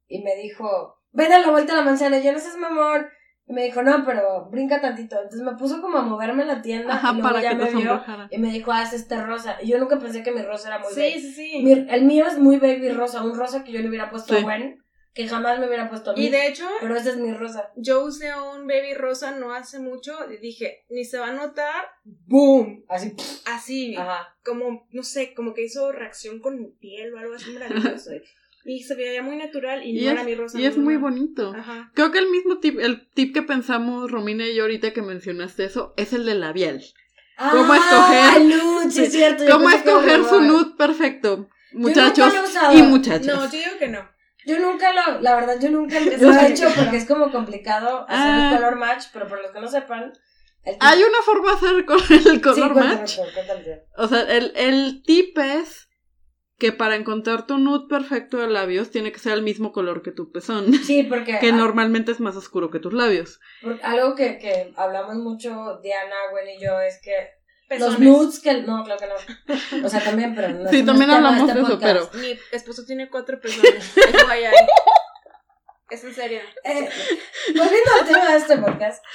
Y me dijo, ven a la vuelta a la manzana, y yo no seas mamón. Y me dijo, no, pero brinca tantito. Entonces me puso como a moverme en la tienda. y Ajá, luego para ya que me te vio. sonrojara. Y me dijo, haz este rosa. Y yo nunca pensé que mi rosa era muy Sí, baby. sí, sí. Mi- el mío es muy baby rosa. Un rosa que yo le hubiera puesto Sí. a Gwen, que jamás me hubiera puesto a mí. Y de hecho, Pero ese es mi rosa. yo usé un baby rosa no hace mucho y dije, ni se va a notar, ¡boom! Así. Así, Ajá. como, no sé, como que hizo reacción con mi piel o algo así (laughs) maravilloso. y se veía muy natural y, Y no es- era mi rosa. Y es no, muy no. bonito. Ajá. Creo que el mismo tip, el tip que pensamos Romina y yo ahorita que mencionaste eso, es el de labial. ¿Cómo Ah, escoger? nude, sí, pues es cierto. yo ¿Cómo pensé que era escoger rubor. su nude perfecto? Yo Muchachos nunca lo he usado. y muchachas. No, yo digo que no. Yo nunca lo, la verdad, yo nunca (laughs) lo Yo he hecho tampoco. porque es como complicado hacer Ah. el color match, pero por los que no sepan, el tip- Hay una forma de hacer con el Sí, color cuéntame, match. doctor, cuéntame. O sea, el, el tip es que para encontrar tu nude perfecto de labios tiene que ser el mismo color que tu (laughs) pezón, Sí, porque que normalmente es más oscuro que tus labios. Porque algo que, que hablamos mucho Diana, Gwen y yo es que los Pezones. nudes que no, claro que no. O sea, también, pero no. Sí, no también es tema hablamos de este eso, podcast. Mi esposo tiene cuatro personas. (laughs) Es guay ahí. Es en serio. Eh, volviendo al tema de este podcast,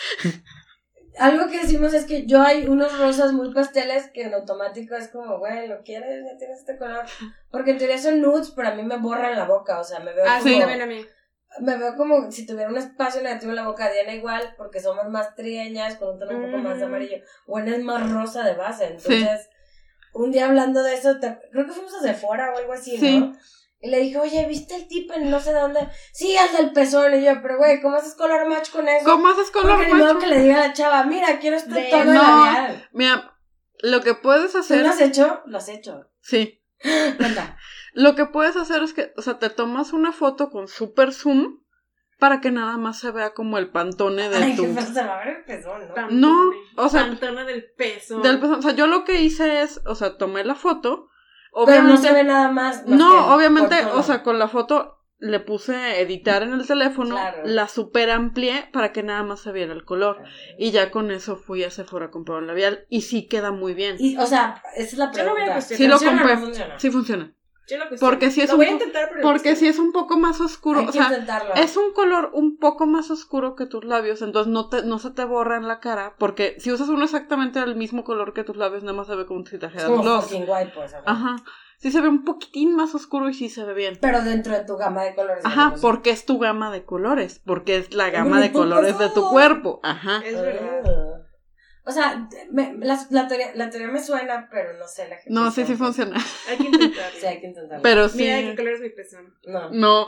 algo que decimos es que yo hay unos rosas muy pasteles que en automático es como, güey, lo quieres, ya tienes este color. Porque en teoría son nudes, pero a mí me borran la boca, o sea, me veo Ah, sí, sí. como, también a mí. me veo como si tuviera un espacio negativo en la boca. Diana igual, porque somos más trieñas, con un tono un poco más Ujú. amarillo. Gwen es más rosa de base. Entonces, un día hablando de eso, te- creo que fuimos a Sephora o algo así, Sí. ¿no? Y le dije, oye, ¿viste el tipo en no sé dónde? Sí, el del pezón. Y yo, pero güey, ¿cómo haces color match con eso? ¿Cómo haces color Porque ni modo match? que le diga a la chava, mira, quiero este De- tono no. labial. Mira, lo que puedes ¿Tú hacer... lo has hecho? Lo (laughs) has hecho. Sí. Cuenta. Lo que puedes hacer es que, o sea, te tomas una foto con super zoom para que nada más se vea como el pantone de Ay, tu... qué feo, se va a ver el pezón, ¿no? Pam. No, o sea, Pantona del peso. del pezón. O sea, yo lo que hice es, o sea, tomé la foto. Pero no se obviamente- ve nada más. más que No, por obviamente, tono. o sea, con la foto le puse editar en el teléfono, Claro. la super amplié para que nada más se viera el color. Y ya con eso fui a Sephora a comprar un labial y sí queda muy bien. Y, o sea, esa es la Yo lo voy a pregunta. cuestionar. Sí lo ¿Funciona o compré. no funciona? Sí funciona. Yo lo que Porque sí sí es Lo un voy a po- intentar, pero lo Porque si cuestiono. es un poco más oscuro, Hay o que sea, intentarlo. es un color un poco más oscuro que tus labios, entonces no, te, no se te borra en la cara, porque si usas uno exactamente del mismo color que tus labios, nada más se ve como si te Es trajeras como Oh, gloss. fucking white, pues. ajá. Ajá. Sí se ve un poquitín más oscuro y sí se ve bien. Pero dentro de tu gama de colores. Ajá, digamos. porque es tu gama de colores, porque es la gama mi de puto colores de tu favor. cuerpo. Ajá. Es verdad. Ah. O sea, me- la, la teoría, la teoría me suena, pero no sé la gente. No, sí, sí funciona. Hay que intentarlo. Sí, hay que intentarlo. Pero sí. Mira de qué color es mi pezón. No. (laughs) (laughs) No.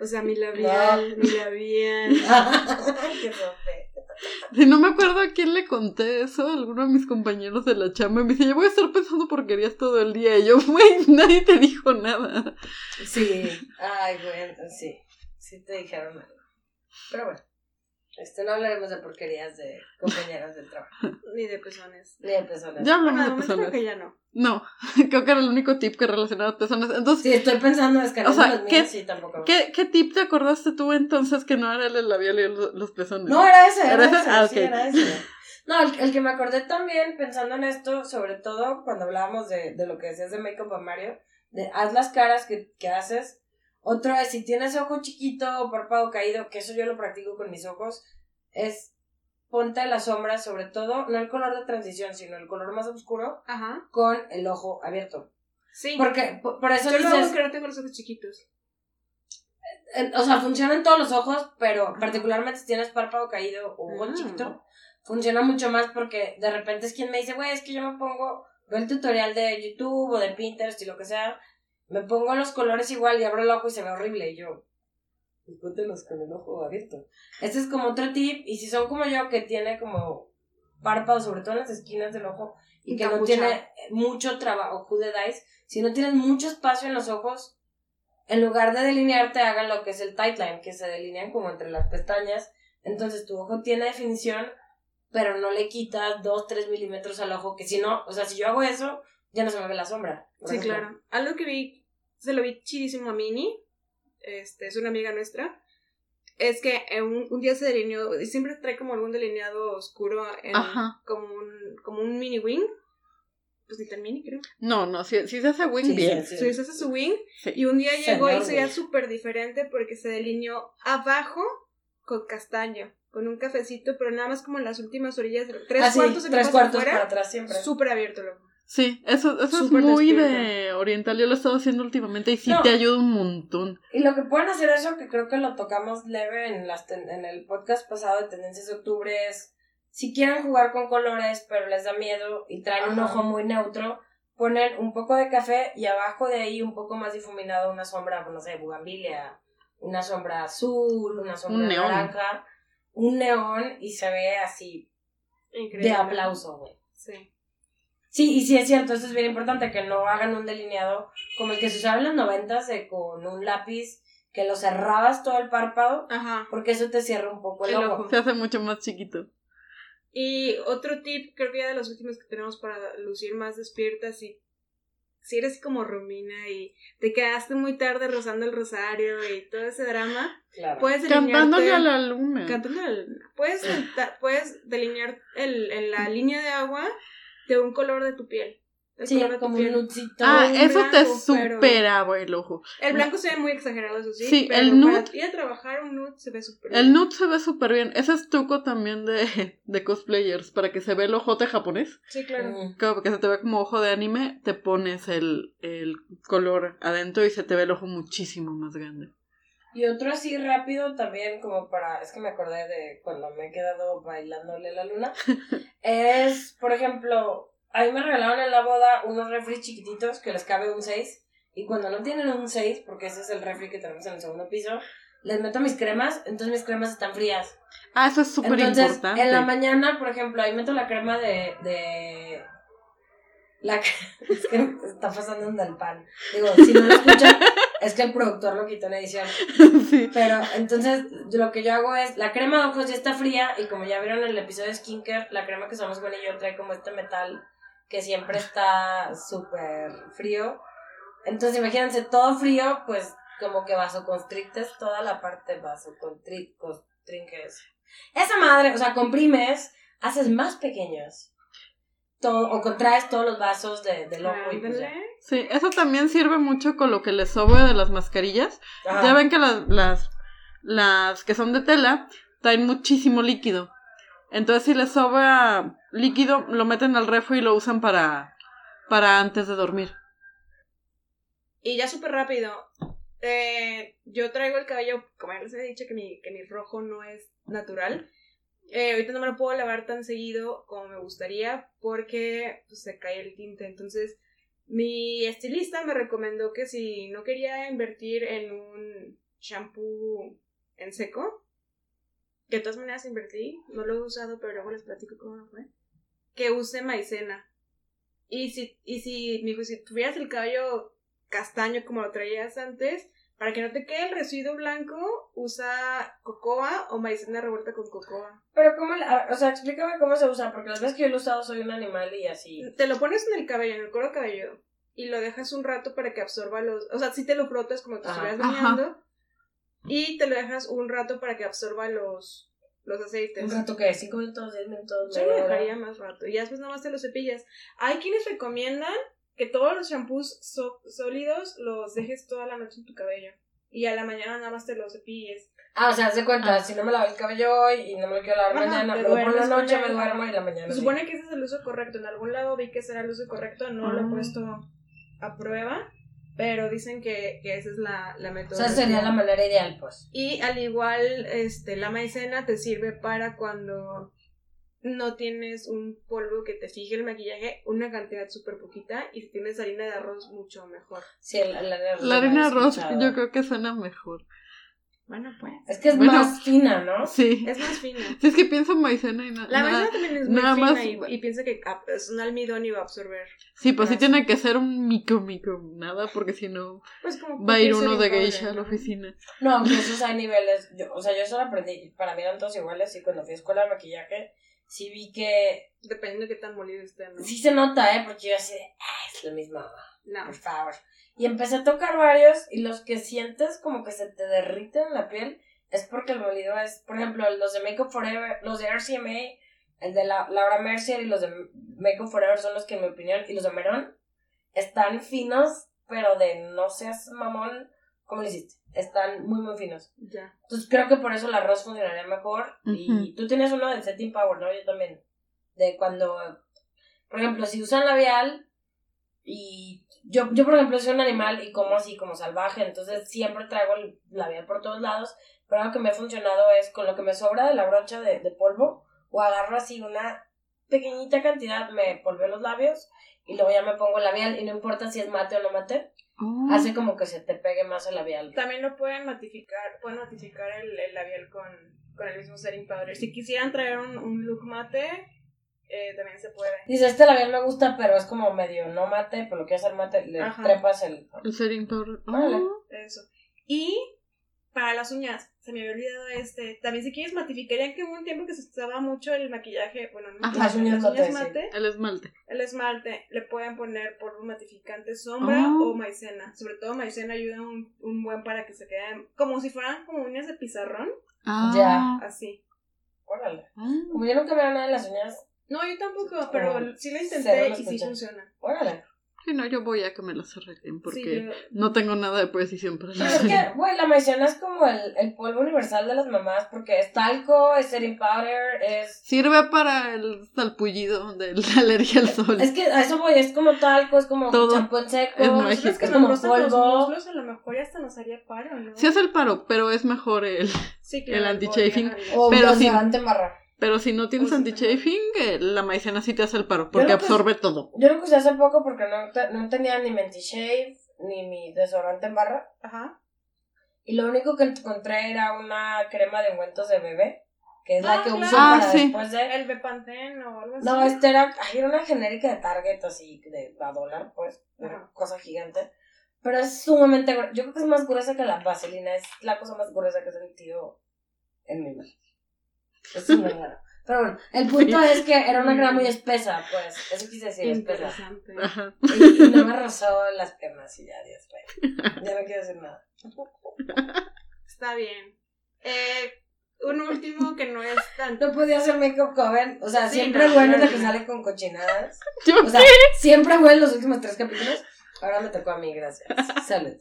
O sea, mi labial, mi labial. Qué sope. Si no me acuerdo a quién le conté eso, a alguno de mis compañeros de la chamba y me dice, yo voy a estar pensando porquerías todo el día. Y yo, (laughs) güey, nadie te dijo nada. Sí. Ay, güey, entonces sí. Sí te dijeron algo. Pero bueno. Este, no hablaremos de porquerías de compañeros del trabajo. Ni de pezones. Ni de personas. Ya Bueno, hablamos de de momento creo personas. que ya no. No, (laughs) creo que era el único tip que relacionaba a personas. Entonces, Sí, estoy pensando en descargar O sea, los ¿qué- míos y tampoco. ¿qué, ¿qué tip te acordaste tú entonces que no era el del labial y el- los pezones? eh. No, era ese, era, ¿Era ese? ese, Ah, sí, ok. era ese. No, el, el que me acordé también, pensando en esto, sobre todo cuando hablábamos de, de lo que decías de Makeup a Mario, de haz las caras que, que haces. Otro es, si tienes ojo chiquito o párpado caído, que eso yo lo practico con mis ojos, es ponte la sombra, sobre todo, no el color de transición, sino el color más oscuro, Ajá. con el ojo abierto. Sí. Porque, por, por eso Yo lo hago dices, que no tengo los ojos chiquitos. en- o sea, funcionan todos los ojos, pero particularmente si tienes párpado caído o ojo Ah. chiquito, funciona mucho más porque de repente es quien me dice, güey, es que yo me pongo, veo el tutorial de YouTube o de Pinterest y lo que sea, me pongo los colores igual y abro el ojo y se ve horrible. Y yo, "Pues póntelos con el ojo abierto. Este es como otro tip, y si son como yo, que tiene como párpados, sobre todo en las esquinas del ojo, y que no Encapuchado. tiene mucho trabajo, who the dice, si no tienes mucho espacio en los ojos, en lugar de delinearte, hagan lo que es el tight line, que se delinean como entre las pestañas. Entonces tu ojo tiene definición, pero no le quitas 2, 3 milímetros al ojo, que si no, o sea, si yo hago eso, ya no se me ve la sombra. por Sí, ejemplo. claro. Algo que vi, se lo vi chidísimo a Mini, este, es una amiga nuestra, es que en un, un día se delineó, y siempre trae como algún delineado oscuro, en, Ajá. como un, como un mini wing, pues ni tan mini creo. No, no, si, si se hace wing Sí, bien. sí, sí. Se hizo ese su wing, Sí. y un día llegó Señor, y se veía güey. súper diferente porque se delineó abajo con castaño, con un cafecito, pero nada más como en las últimas orillas, tres Ah, sí, cuartos de tres copas cuartos para afuera, atrás siempre. súper abierto loco. Sí, eso, eso es Súper muy de despierta. oriental. Yo lo he estado haciendo últimamente y sí No. te ayuda un montón. Y lo que pueden hacer eso, que creo que lo tocamos leve en, las ten- en el podcast pasado de Tendencias de Octubre, es si quieren jugar con colores, pero les da miedo y traen un Ajá. ojo muy neutro, ponen un poco de café y abajo de ahí un poco más difuminado una sombra, pues, no sé, bugambilia, una sombra azul, una sombra Un neón. naranja, un neón y se ve así Increíble. de aplauso, güey. Sí. Sí, y sí es cierto, esto es bien importante, que no hagan un delineado como el que se usaba en los noventas de con un lápiz que lo cerrabas todo el párpado, Ajá. porque eso te cierra un poco el, El ojo. ojo. Se hace mucho más chiquito. Y otro tip, creo que ya de los últimos que tenemos para lucir más despiertas si, si eres como Romina y te quedaste muy tarde rozando el rosario y todo ese drama, Claro. puedes delinearte... Cantándole a la luna. cantándole al- Puedes, ta- puedes delinear el, en la línea de agua de un color de tu piel. del sí, color de tu como un piel. nudcito. ah, un eso te blanco, pero- superaba el ojo. El blanco se ve muy exagerado, eso sí. Sí, pero el nude- Para ti a trabajar un nude se ve súper El bien. nude se ve súper bien. Ese es truco también de, (laughs) de cosplayers para que se ve el ojote japonés. Sí, claro. Mm. Como que se te ve como ojo de anime, te pones el, el color adentro y se te ve el ojo muchísimo más grande. Y otro así rápido también, como para. Es que me acordé de cuando me he quedado bailándole a (laughs) la luna. es, por ejemplo, a mí me regalaron en la boda unos refri chiquititos que les cabe un 6. Y cuando no tienen un 6, porque ese es el refri que tenemos en el segundo piso, les meto mis cremas, entonces mis cremas están frías. Ah, eso es súper Entonces, importante. en la mañana, por ejemplo, ahí meto la crema de. de... La cre- (laughs) es que me está pasando un del pan. Digo, si no (laughs) lo escuchan, es que el productor lo quitó en edición. (laughs) sí. Pero entonces yo- lo que yo hago es, la crema de ojos ya está fría y como ya vieron en el episodio de Skincare, la crema que usamos Gwen y yo trae como este metal que siempre está súper frío. Entonces imagínense, todo frío, pues como que vasoconstrictes toda la parte vasoconstringes. Esa madre, o sea, comprimes, haces más pequeños. Todo, o contraes todos los vasos de, del ojo y pues ya. Ándale. Sí, eso también sirve mucho con lo que les sobra de las mascarillas. Ajá. Ya ven que las, las, las que son de tela traen muchísimo líquido. Entonces, si les sobra líquido, lo meten al refri y lo usan para, para antes de dormir. Y ya súper rápido. eh, yo traigo el cabello, como ya les he dicho, que mi, que mi rojo no es natural. Eh, ahorita no me lo puedo lavar tan seguido como me gustaría porque pues, se cae el tinte. Entonces, mi estilista me recomendó que si no quería invertir en un shampoo en seco, que de todas maneras invertí, no lo he usado, pero luego les platico cómo me fue, que use maicena. Y si, y si, me dijo, si tuvieras el cabello castaño como lo traías antes. Para que no te quede el residuo blanco, usa cocoa o maicena revuelta con cocoa. Pero cómo, la- a ver, o sea, explícame cómo se usa, porque las veces que yo lo he usado soy un animal y así. Te lo pones en el cabello, en el cuero cabelludo, y lo dejas un rato para que absorba los... O sea, si te lo frotas como te Ajá. estuvieras Ajá. bañando, y te lo dejas un rato para que absorba los, los aceites. ¿Un rato que ¿Cinco minutos? ¿Diez minutos? Yo lo media hora? dejaría más rato. Y ya después nada más te lo cepillas. Hay quienes recomiendan que todos los shampoos so- sólidos los dejes toda la noche en tu cabello. Y a la mañana nada más te los cepilles. Ah, o sea, haz de cuenta, Ah. si no me lavo el cabello hoy y no me lo quiero lavar Ajá, mañana, te lo pongo en la duermes con noche, él. me duermo y la mañana. Se sí. supone que ese es el uso correcto. En algún lado vi que ese era el uso correcto, no lo he Ah. puesto a prueba. Pero dicen que, que esa es la, la O sea, metodología. sería la manera ideal, pues. Y al igual, este, la maicena te sirve para cuando no tienes un polvo que te fije el maquillaje, una cantidad súper poquita, y si tienes harina de arroz, mucho mejor. Sí, el- el arroz lo La harina de había arroz escuchado. yo creo que suena mejor. Bueno, pues. Es que es Bueno. más fina, ¿no? Sí. Es más (laughs) fina. Si es que pienso en maicena y na- La nada. maicena también es muy nada fina más- y, y piensa que ah, es un almidón y va a absorber. Sí, pues sí Ah, tiene que ser un micro micro nada, porque si no Pues como va a ir cualquier uno de silicones, geisha a ¿no? la oficina. No, aunque esos hay niveles. Yo, o sea, yo eso lo aprendí. Para mí eran todos iguales. Y cuando fui a escuela de maquillaje, sí vi que. Dependiendo de qué tan molido esté, ¿no? Sí se nota, ¿eh? Porque yo así de. "Ah, es lo mismo, mamá, No. por favor. Y empecé a tocar varios. Y los que sientes como que se te derriten la piel es porque el molido es. Por ejemplo, los de Make Up Forever, los de RCMA, el de la, Laura Mercier y los de Make Up Forever son los que, en mi opinión, y los de Merón, están finos, pero de no seas mamón. ¿Cómo lo hiciste? Están muy, muy finos. Ya. Entonces creo que por eso el arroz funcionaría mejor. Y Ujú. tú tienes uno del setting power, ¿no? Yo también. De cuando, por ejemplo, si usan labial y yo, yo por ejemplo, soy un animal y como así, como salvaje, entonces siempre traigo el labial por todos lados. Pero algo que me ha funcionado es con lo que me sobra de la brocha de, de polvo o agarro así una pequeñita cantidad, me polveo los labios y luego ya me pongo el labial y no importa si es mate o no mate, Oh, hace como que se te pegue más el labial. También lo pueden matificar, pueden matificar el, el labial con, con el mismo setting powder. Si quisieran traer un, un look mate, eh, también se puede. Dice, este labial me gusta, pero es como medio no mate, pero lo que hacer mate, le Ajá. trepas el... el setting powder. Oh, Vale. Eso. Y para las uñas, se me había olvidado este. También si quieres matificarían que hubo un tiempo que se usaba mucho el maquillaje, bueno, no, Ajá. las uñas mate, sí. mate, el esmalte. el esmalte, le pueden poner polvo matificante sombra Oh. o maicena. Sobre todo maicena ayuda un, un buen para que se queden como si fueran como uñas de pizarrón, Ah, Ya. así. Órale. Ah. Como yo nunca me veo nada en las uñas, No, yo tampoco, pero Oh. sí lo Cero intenté lo y sí escuché. funciona. órale. Sí, no, yo voy a que me las arreglen porque Sí, yo- no tengo nada de precisión (laughs) para Pero Pues es las que, güey, la maicena es como el, el polvo universal de las mamás, porque es talco, es setting powder, es... Sirve para el salpullido de la alergia al sol. Es que a eso voy, es como talco, es como Todo. champú en seco, Es Nosotros mágico. que nos es como rozan los polvo. muslos, a lo mejor ya hasta nos haría paro, ¿no? Sí hace el paro, pero es mejor el... Sí, el anti-chafing. podría- O Pero pero sí. en barra. Pero si no tienes Pues, anti-chafing, eh, la maicena sí te hace el paro porque Yo lo que- absorbe (laughs) todo. Yo lo que usé hace poco porque no, te- no tenía ni mentishave, ni mi desodorante en barra. Ajá. Y lo único que encontré era una crema de ungüentos de bebé, que es la Ah, que uso claro. para Ah, sí. después de... El Bepanten o algo así. No, esta era, ay, era una genérica de Target, así, de a dólar, pues, una Ajá. cosa gigante. Pero es sumamente gruesa. Yo creo que es más gruesa que la vaselina, es la cosa más gruesa que he sentido en mi vida. Es (laughs) una mierda. Pero bueno, el punto es que era una crema Mm. muy espesa, pues, eso quise decir, espesa. Interesante. Ajá. Y, y no me rozó las piernas y ya, Dios mío. Ya no quiero decir nada. Está bien. Eh, un último que no es tanto. No podía hacer make-up coven. O sea, Sí, siempre no, bueno no, la que no. sale con cochinadas. Yo O sea, siempre bueno los últimos tres capítulos. Ahora me tocó a mí, gracias. Salud.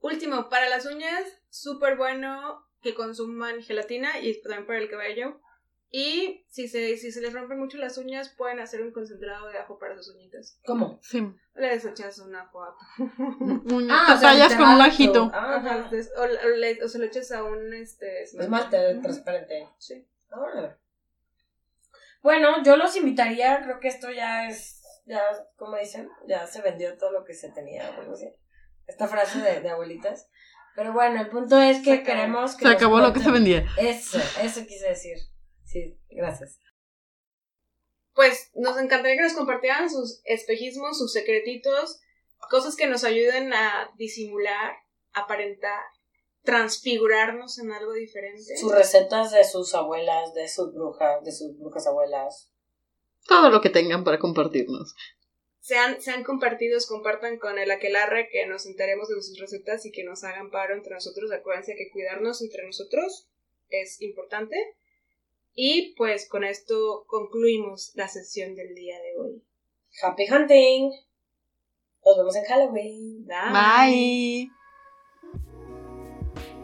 Último, para las uñas, súper bueno que consuman gelatina y también para el cabello. Y si se, si se les rompen mucho las uñas, pueden hacer un concentrado de ajo para sus uñitas. ¿Cómo? sí. Les echas un ajo a (laughs) Uña- Ah, te o sea, tallas con literal, un ajito. tú. Ah, Ajá, ajá. des- o, o le- o se lo echas a un este Es más te- Ujú. transparente. Sí. Ahora. Bueno, yo los invitaría. Creo que esto ya es. Ya, como dicen, ya se vendió todo lo que se tenía. o algo así. Esta frase de, de abuelitas. Pero bueno, el punto es que Se acabó. queremos Se que. nos acabó lo que se cuenten- vendía. Eso, eso quise decir. Sí, gracias. Pues nos encantaría que nos compartieran sus espejismos, sus secretitos, cosas que nos ayuden a disimular, aparentar, transfigurarnos en algo diferente. Sus recetas de sus abuelas, de sus brujas, de sus brujas abuelas. Todo lo que tengan para compartirnos. Sean, sean compartidos, compartan con el aquelarre que nos enteremos de sus recetas y que nos hagan paro entre nosotros. Acuérdense que cuidarnos entre nosotros es importante. Y pues con esto concluimos la sesión del día de hoy. Happy hunting. Nos vemos en Halloween. Bye.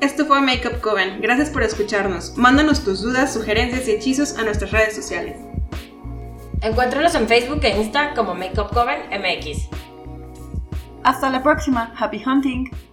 Esto fue Makeup Coven. Gracias por escucharnos. Mándanos tus dudas, sugerencias y hechizos a nuestras redes sociales. Encuéntranos en Facebook e Insta como Makeup Coven MX. Hasta la próxima. Happy hunting.